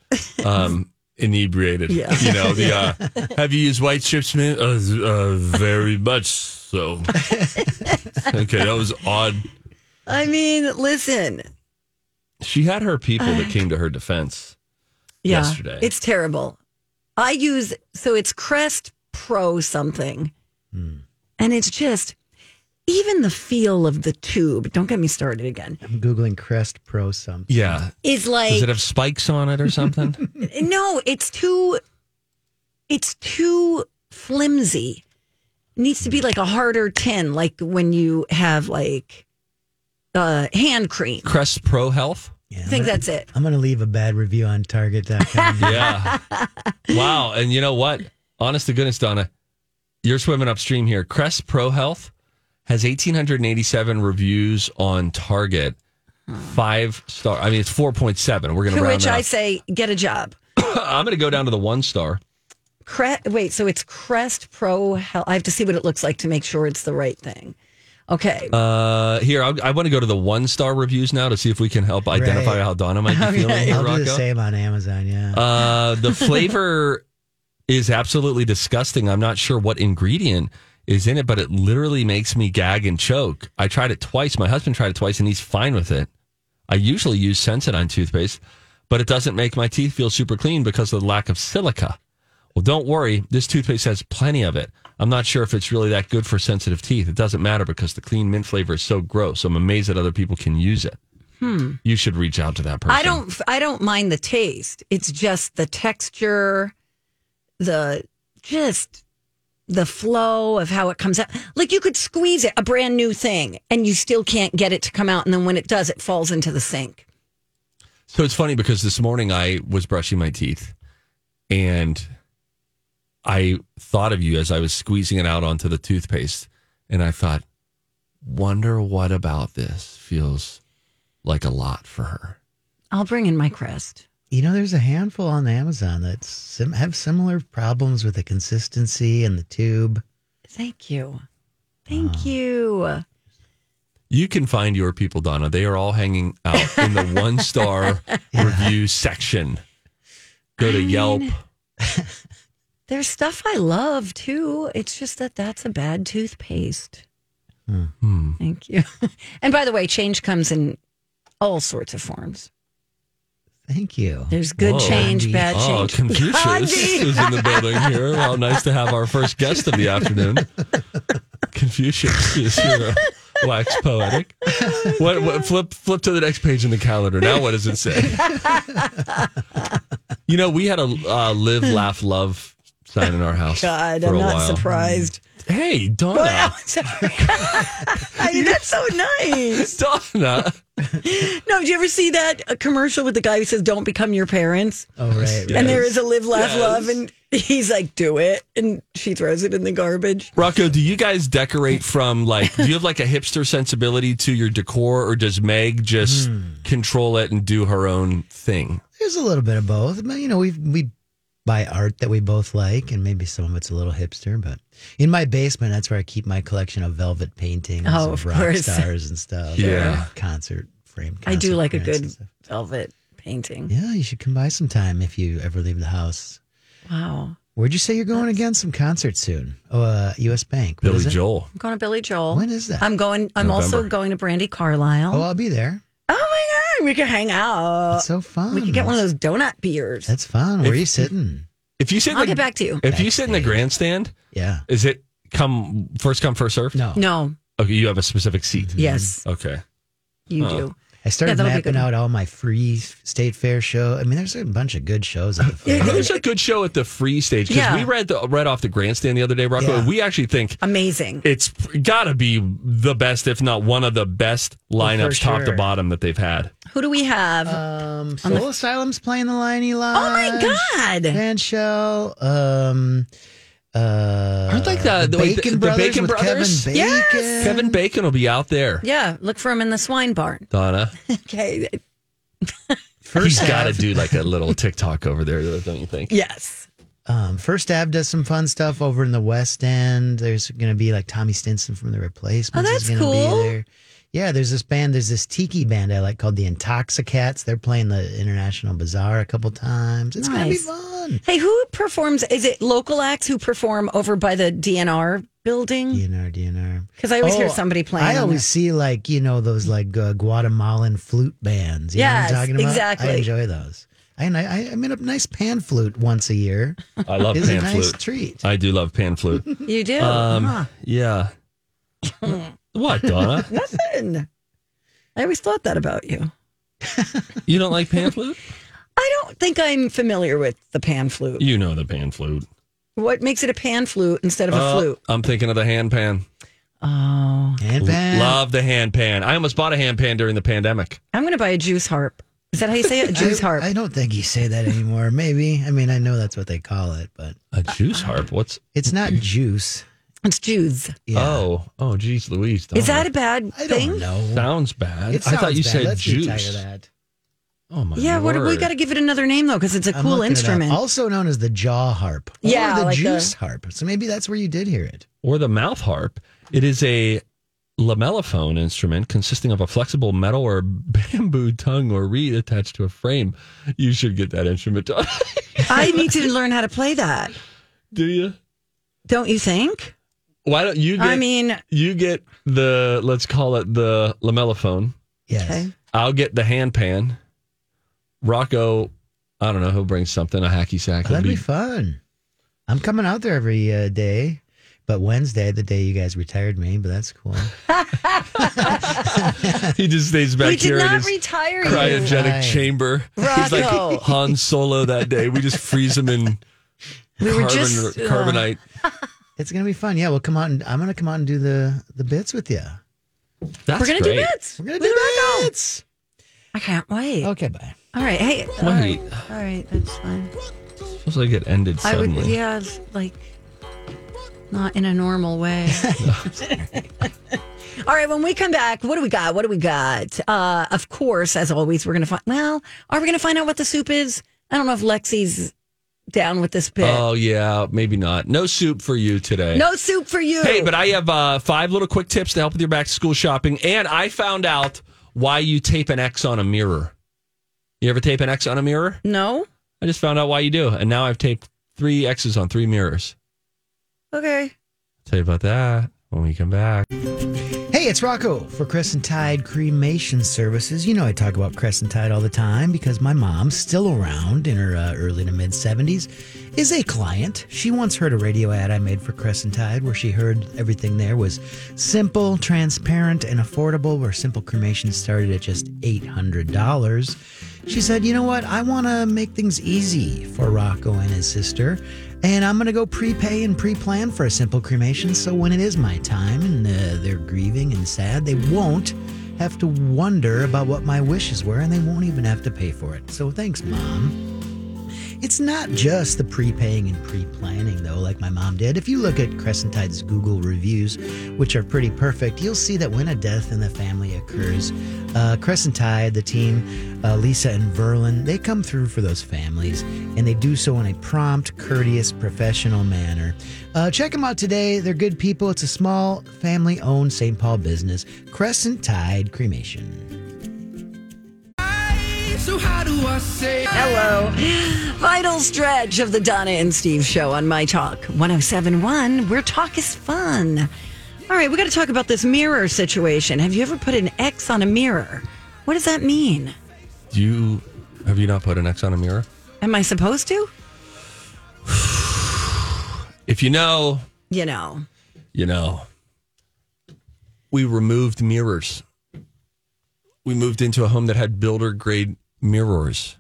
[SPEAKER 2] um, inebriated.
[SPEAKER 1] Yeah.
[SPEAKER 2] You know, the uh, have you used white strips, man? Uh, uh, very much so. okay, that was odd.
[SPEAKER 1] I mean, listen.
[SPEAKER 2] She had her people that
[SPEAKER 1] Uh,
[SPEAKER 2] came to her defense
[SPEAKER 1] Yeah,
[SPEAKER 2] yesterday.
[SPEAKER 1] it's terrible. I use so it's Crest Pro something,
[SPEAKER 2] Hmm.
[SPEAKER 1] and it's just even the feel of the tube. Don't get me started again.
[SPEAKER 12] I'm Googling Crest Pro something.
[SPEAKER 2] yeah.
[SPEAKER 1] Is like
[SPEAKER 2] Does it have spikes on it or something?
[SPEAKER 1] no, it's too it's too flimsy. It needs to be like a harder tin, like when you have like uh hand cream.
[SPEAKER 2] Crest Pro Health?
[SPEAKER 1] I think that's it.
[SPEAKER 12] I'm going to leave a bad review on Target.com.
[SPEAKER 2] Yeah. wow. And you know what? Honest to goodness, Donna, you're swimming upstream here. Crest Pro Health has 1,887 reviews on Target. Five star. I mean, it's 4.7. We're going
[SPEAKER 1] To
[SPEAKER 2] to round
[SPEAKER 1] which
[SPEAKER 2] that
[SPEAKER 1] I
[SPEAKER 2] up.
[SPEAKER 1] say, get a job.
[SPEAKER 2] I'm going to go down to the one star.
[SPEAKER 1] Crest, wait, so it's Crest Pro Health. I have to see what it looks like to make sure it's the right thing. Okay.
[SPEAKER 2] Uh, here, I'll, I want to go to the one star reviews now to see if we can help identify
[SPEAKER 12] Right.
[SPEAKER 2] how Donna might be feeling here,
[SPEAKER 12] I'll do
[SPEAKER 2] Rocco.
[SPEAKER 12] the same on Amazon. Yeah.
[SPEAKER 2] Uh, the flavor is absolutely disgusting. I'm not sure what ingredient is in it, but it literally makes me gag and choke. I tried it twice. My husband tried it twice, and he's fine with it. I usually use Sensodyne toothpaste, but it doesn't make my teeth feel super clean because of the lack of silica. Well, don't worry. This toothpaste has plenty of it. I'm not sure if it's really that good for sensitive teeth. It doesn't matter because the clean mint flavor is so gross. I'm amazed that other people can use it.
[SPEAKER 1] Hmm.
[SPEAKER 2] You should reach out to that person.
[SPEAKER 1] I don't I don't mind the taste. It's just the texture, the just the flow of how it comes out. Like you could squeeze it, a brand new thing, and you still can't get it to come out. And then when it does, it falls into the sink.
[SPEAKER 2] So it's funny because this morning I was brushing my teeth and I thought of you as I was squeezing it out onto the toothpaste. And I thought, wonder what about this feels like a lot for her.
[SPEAKER 1] I'll bring in my crest.
[SPEAKER 12] You know, there's a handful on Amazon that sim- have similar problems with the consistency and the tube.
[SPEAKER 1] Thank you. Ah. Thank you.
[SPEAKER 2] You can find your people, Donna. They are all hanging out in the one star review section. Go to Yelp.
[SPEAKER 1] There's stuff I love too. It's just that that's a bad toothpaste.
[SPEAKER 2] Hmm.
[SPEAKER 1] Thank you. And by the way, change comes in all sorts of forms.
[SPEAKER 12] Thank you.
[SPEAKER 1] There's good
[SPEAKER 2] Whoa.
[SPEAKER 1] change, bad
[SPEAKER 2] Oh,
[SPEAKER 1] change.
[SPEAKER 2] Confucius
[SPEAKER 1] Gandhi.
[SPEAKER 2] is in the building here. Well, nice to have our first guest of the afternoon. Confucius is here. Wax poetic. What, what? Flip, flip to the next page in the calendar. Now, what does it say? You know, we had a uh, live, laugh, love sign in our house.
[SPEAKER 1] God,
[SPEAKER 2] for
[SPEAKER 1] I'm
[SPEAKER 2] a
[SPEAKER 1] not
[SPEAKER 2] while. Mm.
[SPEAKER 1] surprised.
[SPEAKER 2] Hey,
[SPEAKER 1] But I'm
[SPEAKER 2] Donna.
[SPEAKER 1] sorry. I mean, that's so nice.
[SPEAKER 2] Donna.
[SPEAKER 1] No, did you ever see that uh commercial with the guy who says, "Don't become your parents"?
[SPEAKER 12] Oh, right.
[SPEAKER 1] And there is a live, laugh,
[SPEAKER 2] Yes.
[SPEAKER 1] love, and he's like, "Do it," and she throws it in the garbage.
[SPEAKER 2] Rocco, do you guys decorate from like, do you have like a hipster sensibility to your decor or does Meg just
[SPEAKER 12] Hmm.
[SPEAKER 2] control it and do her own thing?
[SPEAKER 12] There's a little bit of both. But, you know, we we buy art that we both like, and maybe some of it's a little hipster. But in my basement, that's where I keep my collection of velvet paintings
[SPEAKER 1] Oh,
[SPEAKER 12] of
[SPEAKER 1] of
[SPEAKER 12] rock
[SPEAKER 1] course.
[SPEAKER 12] stars and stuff.
[SPEAKER 2] Yeah.
[SPEAKER 12] and concert frame.
[SPEAKER 1] I do
[SPEAKER 12] concert
[SPEAKER 1] like a
[SPEAKER 12] prints and
[SPEAKER 1] good
[SPEAKER 12] stuff.
[SPEAKER 1] velvet painting.
[SPEAKER 3] Oh,
[SPEAKER 12] Yeah, you should come by sometime if you ever leave the house.
[SPEAKER 1] Wow,
[SPEAKER 12] Where'd you say you're going again? Some concert soon. Oh, uh, U.S. Bank. What
[SPEAKER 2] Billy
[SPEAKER 12] is it?
[SPEAKER 2] Joel.
[SPEAKER 1] I'm going to Billy Joel.
[SPEAKER 12] When is that?
[SPEAKER 1] I'm going. I'm also
[SPEAKER 2] November.
[SPEAKER 1] going to Brandy Carlisle.
[SPEAKER 12] Oh,
[SPEAKER 1] Oh,
[SPEAKER 12] I'll be there.
[SPEAKER 1] my god, we could hang out.
[SPEAKER 12] It's so fun.
[SPEAKER 1] we could get one of those donut beers.
[SPEAKER 12] That's fun. Where
[SPEAKER 2] If-
[SPEAKER 12] are you sitting?
[SPEAKER 2] If you sit, in
[SPEAKER 1] I'll
[SPEAKER 2] the-
[SPEAKER 1] get back to you.
[SPEAKER 2] If you sit in the grandstand,
[SPEAKER 12] Yeah.
[SPEAKER 2] is it come first come first serve?
[SPEAKER 12] No.
[SPEAKER 1] No.
[SPEAKER 2] Okay, you have a specific seat.
[SPEAKER 1] Yes,
[SPEAKER 2] Okay.
[SPEAKER 1] you
[SPEAKER 2] Oh.
[SPEAKER 1] do.
[SPEAKER 12] Mm-hmm. I started
[SPEAKER 1] that'll be
[SPEAKER 12] mapping
[SPEAKER 1] good.
[SPEAKER 12] out all my free state fair show. I mean, there's a bunch of good shows. At the fair.
[SPEAKER 2] There's a good show at the free stage because
[SPEAKER 1] Yeah.
[SPEAKER 2] we read the read off the grandstand the other day, Rocco.
[SPEAKER 12] Yeah.
[SPEAKER 2] and We actually think
[SPEAKER 1] Amazing.
[SPEAKER 2] it's got to be the best, if not one of the best lineups, top to
[SPEAKER 12] sure.
[SPEAKER 2] bottom that they've had.
[SPEAKER 1] Who do we have?
[SPEAKER 12] Um, Soul
[SPEAKER 3] E
[SPEAKER 12] Asylum's playing the Liney Live.
[SPEAKER 1] oh my god.
[SPEAKER 12] Van Shell. Um,
[SPEAKER 3] Uh,
[SPEAKER 2] Aren't like the, the, wait,
[SPEAKER 3] Bacon
[SPEAKER 2] the- the
[SPEAKER 3] Brothers
[SPEAKER 2] Bacon
[SPEAKER 3] with Kevin
[SPEAKER 2] Brothers?
[SPEAKER 3] Bacon.
[SPEAKER 1] Yes.
[SPEAKER 2] Kevin Bacon will be out there.
[SPEAKER 1] Yeah, look for him in the swine barn.
[SPEAKER 2] Donna,
[SPEAKER 1] Okay.
[SPEAKER 2] he's got to
[SPEAKER 3] half.
[SPEAKER 2] do like a little TikTok over there, though, don't you think?
[SPEAKER 1] Yes.
[SPEAKER 3] Um, First Ave does some fun stuff over in the West End. There's going to be like Tommy Stinson from The Replacements.
[SPEAKER 1] Oh,
[SPEAKER 3] is
[SPEAKER 1] that's
[SPEAKER 3] gonna
[SPEAKER 1] cool.
[SPEAKER 3] Be there. Yeah, there's this band. There's this tiki band I like called the Intoxicats. They're playing the International Bazaar a couple times. It's going to be
[SPEAKER 1] Nice.
[SPEAKER 3] fun.
[SPEAKER 1] Hey, who performs? Is it local acts who perform over by the DNR building?
[SPEAKER 3] DNR, DNR.
[SPEAKER 1] Because I always hear
[SPEAKER 3] Oh,
[SPEAKER 1] somebody playing.
[SPEAKER 3] I
[SPEAKER 1] on
[SPEAKER 3] always see like you know those like uh, Guatemalan flute bands. You
[SPEAKER 1] Yes,
[SPEAKER 3] know what I'm talking about?
[SPEAKER 1] exactly.
[SPEAKER 3] I enjoy those. And I, I, I made a nice pan flute once a year.
[SPEAKER 2] I love
[SPEAKER 3] It's
[SPEAKER 2] pan
[SPEAKER 3] a nice
[SPEAKER 2] flute.
[SPEAKER 3] treat. Uh-huh.
[SPEAKER 2] I do love pan flute.
[SPEAKER 1] there. You do.
[SPEAKER 2] Um,
[SPEAKER 1] Huh.
[SPEAKER 2] Yeah. what, Donna?
[SPEAKER 1] Nothing. I always thought that about you.
[SPEAKER 2] You don't like pan flute?
[SPEAKER 1] I don't think I'm familiar with the pan flute.
[SPEAKER 2] You know the pan flute.
[SPEAKER 1] What makes it a pan flute instead of a
[SPEAKER 2] Uh,
[SPEAKER 1] flute?
[SPEAKER 2] I'm thinking of the hand pan.
[SPEAKER 1] Oh,
[SPEAKER 3] hand
[SPEAKER 1] pan.
[SPEAKER 2] Love the hand pan. I almost bought a hand pan during the pandemic.
[SPEAKER 1] I'm going to buy a juice harp. Is that how you say it? A juice
[SPEAKER 3] I,
[SPEAKER 1] harp.
[SPEAKER 3] I don't think you say that anymore. Maybe. I mean, I know that's what they call it, but
[SPEAKER 2] A juice harp. What's
[SPEAKER 3] it's not juice.
[SPEAKER 1] It's Jews.
[SPEAKER 2] Oh, oh, geez, Louise.
[SPEAKER 1] Is that
[SPEAKER 2] Donna.
[SPEAKER 1] a bad
[SPEAKER 3] I
[SPEAKER 1] thing?
[SPEAKER 3] don't know.
[SPEAKER 2] Sounds bad.
[SPEAKER 3] It
[SPEAKER 2] I thought
[SPEAKER 3] sounds
[SPEAKER 2] you
[SPEAKER 3] bad.
[SPEAKER 2] said
[SPEAKER 3] Let's
[SPEAKER 2] juice.
[SPEAKER 3] Get tired of that.
[SPEAKER 2] Oh my
[SPEAKER 1] Yeah, what, we
[SPEAKER 2] word.
[SPEAKER 1] got to give it another name though, because it's a
[SPEAKER 3] I'm
[SPEAKER 1] cool
[SPEAKER 3] looking it up.
[SPEAKER 1] instrument.
[SPEAKER 3] also known as the jaw harp. or
[SPEAKER 1] Yeah,
[SPEAKER 3] the
[SPEAKER 1] like the-
[SPEAKER 3] juice harp. So maybe that's where you did hear it.
[SPEAKER 2] or the mouth harp. It is a lamellophone instrument consisting of a flexible metal or bamboo tongue or reed attached to a frame. You should get that instrument. Donna.
[SPEAKER 1] I need to learn how to play that.
[SPEAKER 2] Do you?
[SPEAKER 1] Don't you think?
[SPEAKER 2] Why don't you get?
[SPEAKER 1] I mean,
[SPEAKER 2] you get the let's call it the lamellophone.
[SPEAKER 3] Yes.
[SPEAKER 2] I'll get the hand pan. Rocco, I don't know. He'll bring something a hacky sack.
[SPEAKER 3] Oh,
[SPEAKER 2] He'll
[SPEAKER 3] that'd be fun. I'm coming out there every uh, day, but Wednesday, the day you guys retired me, but that's cool.
[SPEAKER 2] he just stays back
[SPEAKER 1] we did
[SPEAKER 2] here in
[SPEAKER 1] not
[SPEAKER 2] his
[SPEAKER 1] retire you.
[SPEAKER 2] cryogenic
[SPEAKER 3] Right.
[SPEAKER 2] chamber. He's
[SPEAKER 1] Rocco.
[SPEAKER 2] like Han Solo that day. We just freeze him in
[SPEAKER 1] We were
[SPEAKER 2] carbon,
[SPEAKER 1] just, uh,
[SPEAKER 2] carbonite.
[SPEAKER 3] It's gonna be fun. Yeah, we'll come out and I'm gonna come out and do the the bits with you.
[SPEAKER 2] That's
[SPEAKER 1] We're gonna
[SPEAKER 2] great.
[SPEAKER 1] do bits.
[SPEAKER 3] We're gonna
[SPEAKER 1] with
[SPEAKER 3] do
[SPEAKER 1] Rocco.
[SPEAKER 3] bits.
[SPEAKER 1] I can't wait.
[SPEAKER 3] Okay, bye.
[SPEAKER 1] All right. Hey. All
[SPEAKER 2] Wait.
[SPEAKER 1] right. All right. That's fine.
[SPEAKER 2] Feels like it ended
[SPEAKER 1] I would.
[SPEAKER 2] suddenly.
[SPEAKER 1] Yeah. Like, not in a normal way. All right, when we come back, what do we got? What do we got? Uh, of course, as always, we're going to find. Well, are we going to find out what the soup is? I don't know if Lexi's down with this bit.
[SPEAKER 2] Oh yeah, maybe not. No soup for you today.
[SPEAKER 1] no soup for you.
[SPEAKER 2] Hey, but I have uh, five little quick tips to help with your back to school shopping, and I found out why you tape an X on a mirror. You ever tape an X on a mirror?
[SPEAKER 1] no.
[SPEAKER 2] I just found out why you do, and now I've taped three X's on three mirrors.
[SPEAKER 1] Okay.
[SPEAKER 2] Tell you about that when we come back.
[SPEAKER 3] Hey, it's Rocco for Crescent Tide Cremation Services. You know, I talk about Crescent Tide all the time because my mom's still around in her uh, early to mid 70s, is a client. She once heard a radio ad I made for Crescent Tide where she heard everything there was simple, transparent, and affordable, where simple cremation started at just $800. She said, You know what? I want to make things easy for Rocco and his sister. And I'm going to go prepay and pre plan for a simple cremation so when it is my time and uh, they're grieving and sad, they won't have to wonder about what my wishes were and they won't even have to pay for it. So thanks, Mom. It's not just the prepaying and pre planning, though, like my mom did. If you look at Crescent Tide's Google reviews, which are pretty perfect, you'll see that when a death in the family occurs, uh, Crescent Tide, the team, uh, Lisa and Verlin, they come through for those families, and they do so in a prompt, courteous, professional manner. Uh, check them out today. They're good people. It's a small, family owned St. Paul business, Crescent Tide Cremation.
[SPEAKER 17] So how do I say
[SPEAKER 1] Hello. Vital stretch of the Donna and Steve show on My Talk 1071, where talk is fun. All right, we got to talk about this mirror situation. Have you ever put an X on a mirror? What does that mean?
[SPEAKER 2] Do you have you not put an X on a mirror?
[SPEAKER 1] Am I supposed to?
[SPEAKER 2] If you know,
[SPEAKER 1] You know.
[SPEAKER 2] you know. We removed mirrors. We moved into a home that had builder grade mirrors.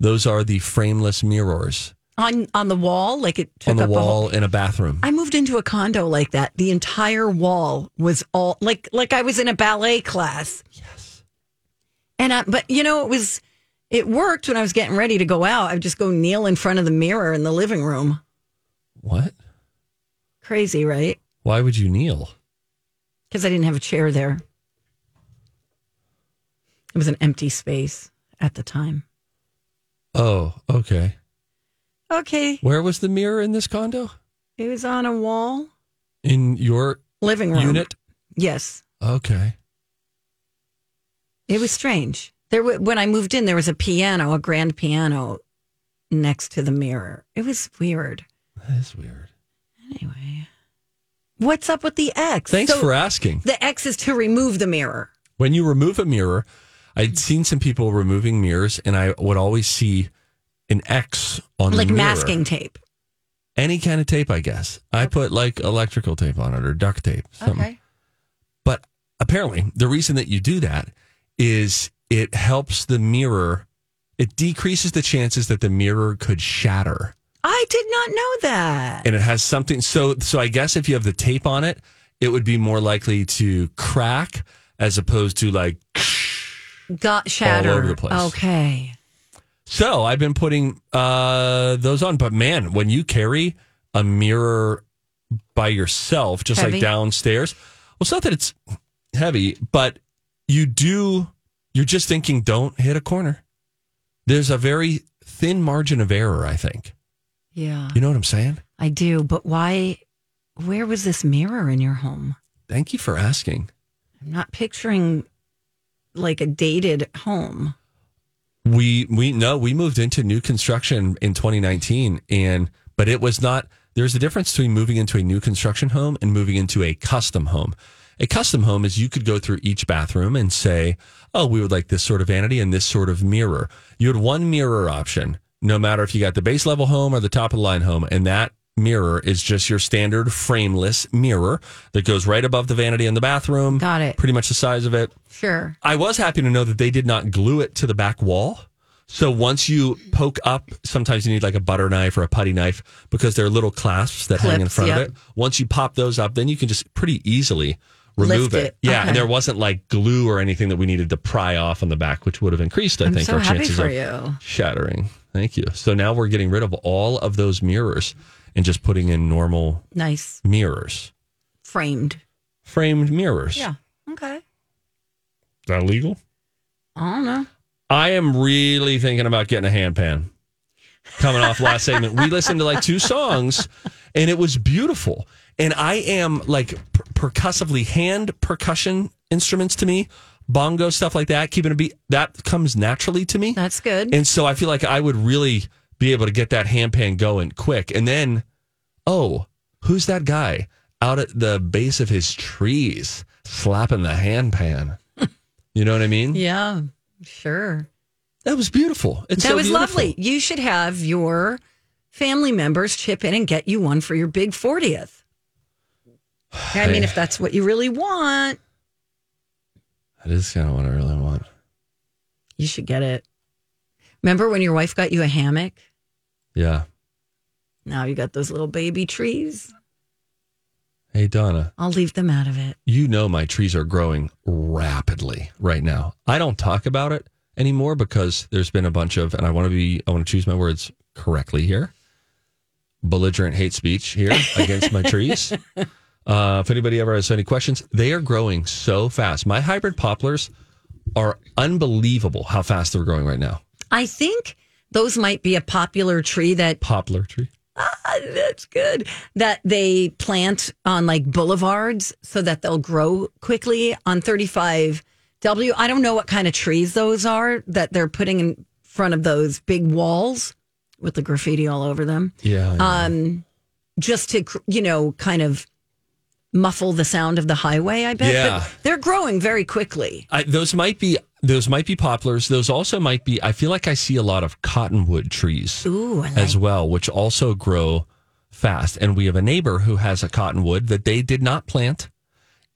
[SPEAKER 2] Those are the frameless mirrors
[SPEAKER 1] On on the wall, like it took
[SPEAKER 2] on the
[SPEAKER 1] up a whole
[SPEAKER 2] wall in a bathroom.
[SPEAKER 1] I moved into a condo like that. The entire wall was all like like I was in a ballet class. Yes. And I but you know it was it worked when I was getting ready to go out. I would just go kneel in front of the mirror in the living room.
[SPEAKER 2] What?
[SPEAKER 1] Crazy, right?
[SPEAKER 2] Why would you kneel?
[SPEAKER 1] Because I didn't have a chair there. It was an empty space at the time.
[SPEAKER 2] Oh, okay.
[SPEAKER 1] Okay.
[SPEAKER 2] Where was the mirror in this condo?
[SPEAKER 1] It was on a wall.
[SPEAKER 2] In your
[SPEAKER 1] Living room.
[SPEAKER 2] unit?
[SPEAKER 1] Yes.
[SPEAKER 2] Okay.
[SPEAKER 1] It was strange. There, wa- when I moved in, there was a piano, a grand piano, next to the mirror. It was weird.
[SPEAKER 2] That is weird.
[SPEAKER 1] Anyway, what's up with the X?
[SPEAKER 2] Thanks
[SPEAKER 1] So
[SPEAKER 2] for asking.
[SPEAKER 1] The X is to remove the mirror.
[SPEAKER 2] When you remove a mirror,
[SPEAKER 1] Mm-hmm.
[SPEAKER 2] I'd seen some people removing mirrors, and I would always see an X on
[SPEAKER 1] like
[SPEAKER 2] the mirror.
[SPEAKER 1] masking tape.
[SPEAKER 2] Any kind of tape, I guess. I put like electrical tape on it or duct tape. Something. But apparently, the reason that you do that is it helps the mirror, it decreases the chances that the mirror could shatter.
[SPEAKER 1] I did not know that.
[SPEAKER 2] And it has something. So, so I guess if you have the tape on it, it would be more likely to crack as opposed to like.
[SPEAKER 1] Got shattered.
[SPEAKER 2] All over the place.
[SPEAKER 1] Okay.
[SPEAKER 2] So I've been putting uh, those on. But man, when you carry a mirror by yourself, just
[SPEAKER 1] Heavy?
[SPEAKER 2] like downstairs, well, it's not that it's heavy, but you do, you're just thinking, don't hit a corner. There's a very thin margin of error, I think.
[SPEAKER 1] Yeah,
[SPEAKER 2] You know what I'm saying?
[SPEAKER 1] I do. But why? Where was this mirror in your home?
[SPEAKER 2] Thank you for asking.
[SPEAKER 1] I'm not picturing like a dated home.
[SPEAKER 2] We we no, we moved into new construction in 2019 and but it was not there's a difference between moving into a new construction home and moving into a custom home. A custom home is you could go through each bathroom and say, "Oh, we would like this sort of vanity and this sort of mirror." You had one mirror option no matter if you got the base level home or the top of the line home and that mirror is just your standard frameless mirror that goes right above the vanity in the bathroom.
[SPEAKER 1] Got it.
[SPEAKER 2] Pretty much the size of it.
[SPEAKER 1] Sure.
[SPEAKER 2] I was happy to know that they did not glue it to the back wall. So once you poke up, sometimes you need like a butter knife or a putty knife because there are little clasps that hang in
[SPEAKER 1] Clips,
[SPEAKER 2] front
[SPEAKER 1] yep.
[SPEAKER 2] of it. Once you pop those up, then you can just pretty easily remove
[SPEAKER 1] Lift it.
[SPEAKER 2] Yeah,
[SPEAKER 1] Okay.
[SPEAKER 2] and there wasn't like glue or anything that we needed to pry off on the back, which would have increased, I
[SPEAKER 1] I'm
[SPEAKER 2] think,
[SPEAKER 1] so
[SPEAKER 2] our
[SPEAKER 1] happy
[SPEAKER 2] chances
[SPEAKER 1] for
[SPEAKER 2] of
[SPEAKER 1] you.
[SPEAKER 2] shattering. Thank you. So now we're getting rid of all of those mirrors and just putting in normal
[SPEAKER 1] Nice
[SPEAKER 2] mirrors,
[SPEAKER 1] framed.
[SPEAKER 2] framed mirrors.
[SPEAKER 1] Yeah. Okay.
[SPEAKER 2] Is that legal?
[SPEAKER 1] I don't know.
[SPEAKER 2] I am really thinking about getting a hand pan. Coming off last segment, we listened to like two songs, and it was beautiful. And I am like per- percussively hand percussion instruments to me, bongo stuff like that. Keeping a beat that comes naturally to me.
[SPEAKER 1] That's good.
[SPEAKER 2] And so I feel like I would really be able to get that hand pan going quick. And then, oh, who's that guy out at the base of his trees slapping the hand pan? You know what I mean?
[SPEAKER 1] Yeah. Sure.
[SPEAKER 2] That was beautiful. It's
[SPEAKER 1] that
[SPEAKER 2] so
[SPEAKER 1] was
[SPEAKER 2] beautiful.
[SPEAKER 1] lovely. You should have your family members chip in and get you one for your big 40th. I mean, if that's what you really want,
[SPEAKER 2] That is kind of what I really want.
[SPEAKER 1] you should get it. Remember when your wife got you a hammock?
[SPEAKER 2] Yeah.
[SPEAKER 1] Now you got those little baby trees.
[SPEAKER 2] Hey, Donna,
[SPEAKER 1] I'll leave them out of it.
[SPEAKER 2] you know my trees are growing rapidly right now. I don't talk about it anymore because there's been a bunch of, and I want to be, I want to choose my words correctly here. Belligerent hate speech here against my trees. Uh, if anybody ever has any questions, they are growing so fast. My hybrid poplars are unbelievable how fast they're growing right now.
[SPEAKER 1] I think those might be a popular tree that
[SPEAKER 2] Poplar tree.
[SPEAKER 1] Ah, that's good. That they plant on like boulevards so that they'll grow quickly on 35W. I don't know what kind of trees those are that they're putting in front of those big walls with the graffiti all over them.
[SPEAKER 2] Yeah.
[SPEAKER 1] Um, just to, cr- you know, kind of muffle the sound of the highway, I bet.
[SPEAKER 2] Yeah.
[SPEAKER 1] But they're growing very quickly.
[SPEAKER 2] I, those might be those might be poplars. Those also might be. I feel like I see a lot of cottonwood trees
[SPEAKER 1] Ooh, I like
[SPEAKER 2] as well, which also grow fast. And we have a neighbor who has a cottonwood that they did not plant.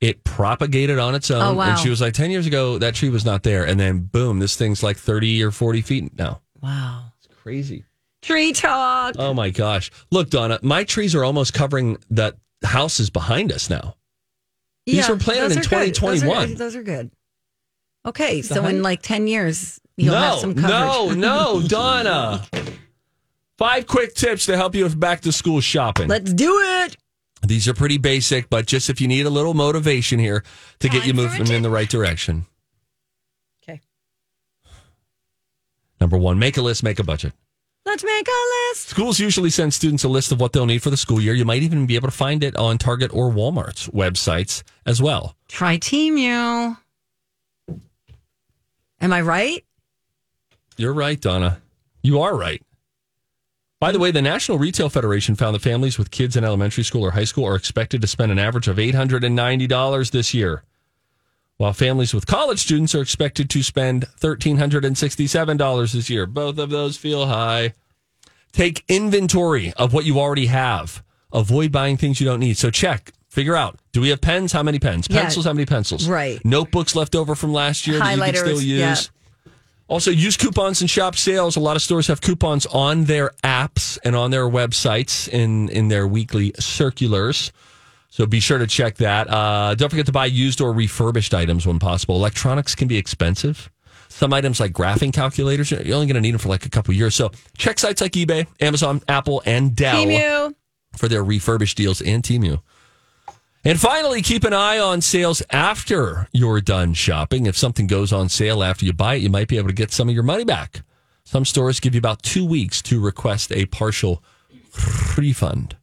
[SPEAKER 2] It propagated on its own,
[SPEAKER 1] Oh, wow.
[SPEAKER 2] and she was like, ten years ago that tree was not there, and then boom, this thing's like thirty or forty feet now.
[SPEAKER 1] Wow.
[SPEAKER 2] It's crazy.
[SPEAKER 1] Tree talk.
[SPEAKER 2] Oh my gosh! Look, Donna, my trees are almost covering that houses behind us now. These were planted
[SPEAKER 1] those
[SPEAKER 2] in
[SPEAKER 1] are good. Those are-
[SPEAKER 2] 2021.
[SPEAKER 1] Those are, good. Okay,
[SPEAKER 2] The
[SPEAKER 1] so in
[SPEAKER 2] height?
[SPEAKER 1] like 10 years, you'll
[SPEAKER 2] no,
[SPEAKER 1] have some coverage.
[SPEAKER 2] No, no, Donna. Five quick tips to help you with back to school shopping.
[SPEAKER 1] Let's do it.
[SPEAKER 2] These are pretty basic, but just if you need a little motivation here to get you moving in the right direction.
[SPEAKER 1] Okay.
[SPEAKER 2] Number one, make a list, make a budget.
[SPEAKER 1] Let's make a list.
[SPEAKER 2] Schools usually send students a list of what they'll need for the school year. You might even be able to find it on Target or Walmart's websites as well.
[SPEAKER 1] Try team you. Am I right?
[SPEAKER 2] You're right, Donna. You are right. By the way, the National Retail Federation found that families with kids in elementary school or high school are expected to spend an average of $890 this year, while families with college students are expected to spend $1,367 this year. Both of those feel high. Take inventory of what you already have. Avoid buying things you don't need. So check, figure out do we have pens? How many pens?
[SPEAKER 1] Yeah.
[SPEAKER 2] Pencils? How many pencils?
[SPEAKER 1] Right.
[SPEAKER 2] Notebooks left over from last year that you can still
[SPEAKER 1] Highlighters,
[SPEAKER 2] use.
[SPEAKER 1] yeah.
[SPEAKER 2] Also, use coupons in shop sales. A lot of stores have coupons on their apps and on their websites in, in their weekly circulars. So be sure to check that. Uh, don't forget to buy used or refurbished items when possible. Electronics can be expensive. Some items like graphing calculators, you're only going to need them for like a couple years. So check sites like eBay, Amazon, Apple, and Dell
[SPEAKER 1] Timu.
[SPEAKER 2] for their refurbished deals and Timu. And finally, keep an eye on sales after you're done shopping. If something goes on sale after you buy it, you might be able to get some of your money back. Some stores give you about two weeks to request a partial refund.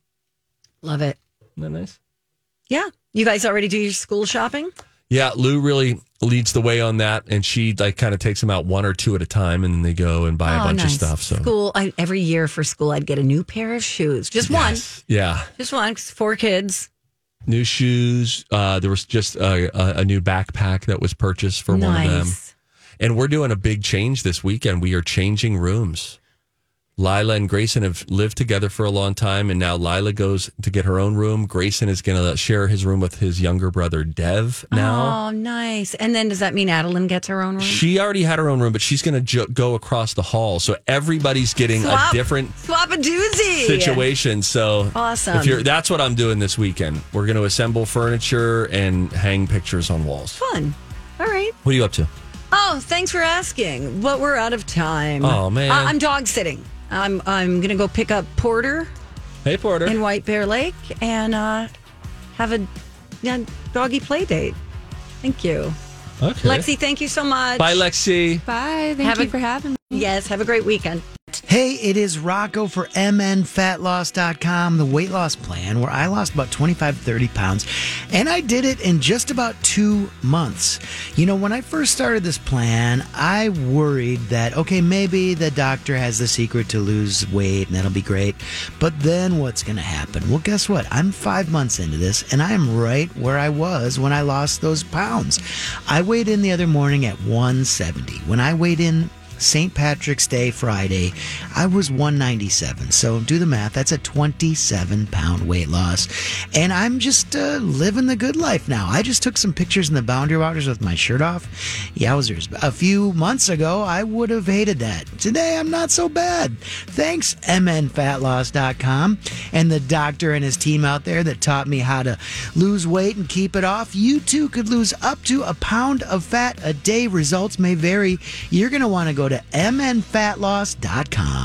[SPEAKER 1] Love it.
[SPEAKER 2] Isn't that nice?
[SPEAKER 1] Yeah. You guys already do your school shopping?
[SPEAKER 2] Yeah, Lou really leads the way on that, and she like kind of takes them out one or two at a time, and then they go and buy a
[SPEAKER 1] Oh,
[SPEAKER 2] bunch
[SPEAKER 1] nice.
[SPEAKER 2] of stuff. So
[SPEAKER 1] School, I, every year for school, I'd get a new pair of shoes. Just one.
[SPEAKER 2] yeah,
[SPEAKER 1] Just one, 'cause four kids.
[SPEAKER 2] new shoes. Uh, there was just a, a, a new backpack that was purchased for one of them.
[SPEAKER 1] Nice.
[SPEAKER 2] And we're doing a big change this weekend. We are changing rooms. Lila and Grayson have lived together for a long time, and now Lila goes to get her own room. Grayson is going to share his room with his younger brother Dev now.
[SPEAKER 1] Oh, nice. And then does that mean Adeline gets her own room?
[SPEAKER 2] She already had her own room, but she's going to ju- go across the hall. So everybody's getting
[SPEAKER 1] Swap.
[SPEAKER 2] a different
[SPEAKER 1] Swap a doozy.
[SPEAKER 2] situation. So
[SPEAKER 1] Awesome.
[SPEAKER 2] If you're, that's what I'm doing this weekend. We're going to assemble furniture and hang pictures on walls.
[SPEAKER 1] Fun. All right.
[SPEAKER 2] What are you up to?
[SPEAKER 1] Oh, thanks for asking. But we're out of time.
[SPEAKER 2] Oh, man.
[SPEAKER 1] I- I'm dog sitting. I'm I'm gonna go pick up Porter
[SPEAKER 2] Hey, Porter.
[SPEAKER 1] in White Bear Lake and uh, have a yeah, doggy play date. Thank you,
[SPEAKER 2] okay.
[SPEAKER 1] Lexi. Thank you so much.
[SPEAKER 2] Bye, Lexi.
[SPEAKER 1] Bye. Thank
[SPEAKER 5] you for having me.
[SPEAKER 1] Yes. Have a great weekend.
[SPEAKER 3] Hey, it is Rocco for MNFatLoss.com, the weight loss plan where I lost about 25, 30 pounds, and I did it in just about two months. You know, when I first started this plan, I worried that, okay, maybe the doctor has the secret to lose weight and that'll be great, but then what's going to happen? Well, guess what? I'm five months into this, and I am right where I was when I lost those pounds. I weighed in the other morning at 170. When I weighed in, St. Patrick's Day Friday, I was 197. So do the math. That's a 27 pound weight loss. And I'm just uh, living the good life now. I just took some pictures in the boundary waters with my shirt off. Yowzers. A few months ago, I would have hated that. Today, I'm not so bad. Thanks, mnfatloss.com and the doctor and his team out there that taught me how to lose weight and keep it off. You too could lose up to a pound of fat a day. Results may vary. You're going to want to go to mnfatloss.com.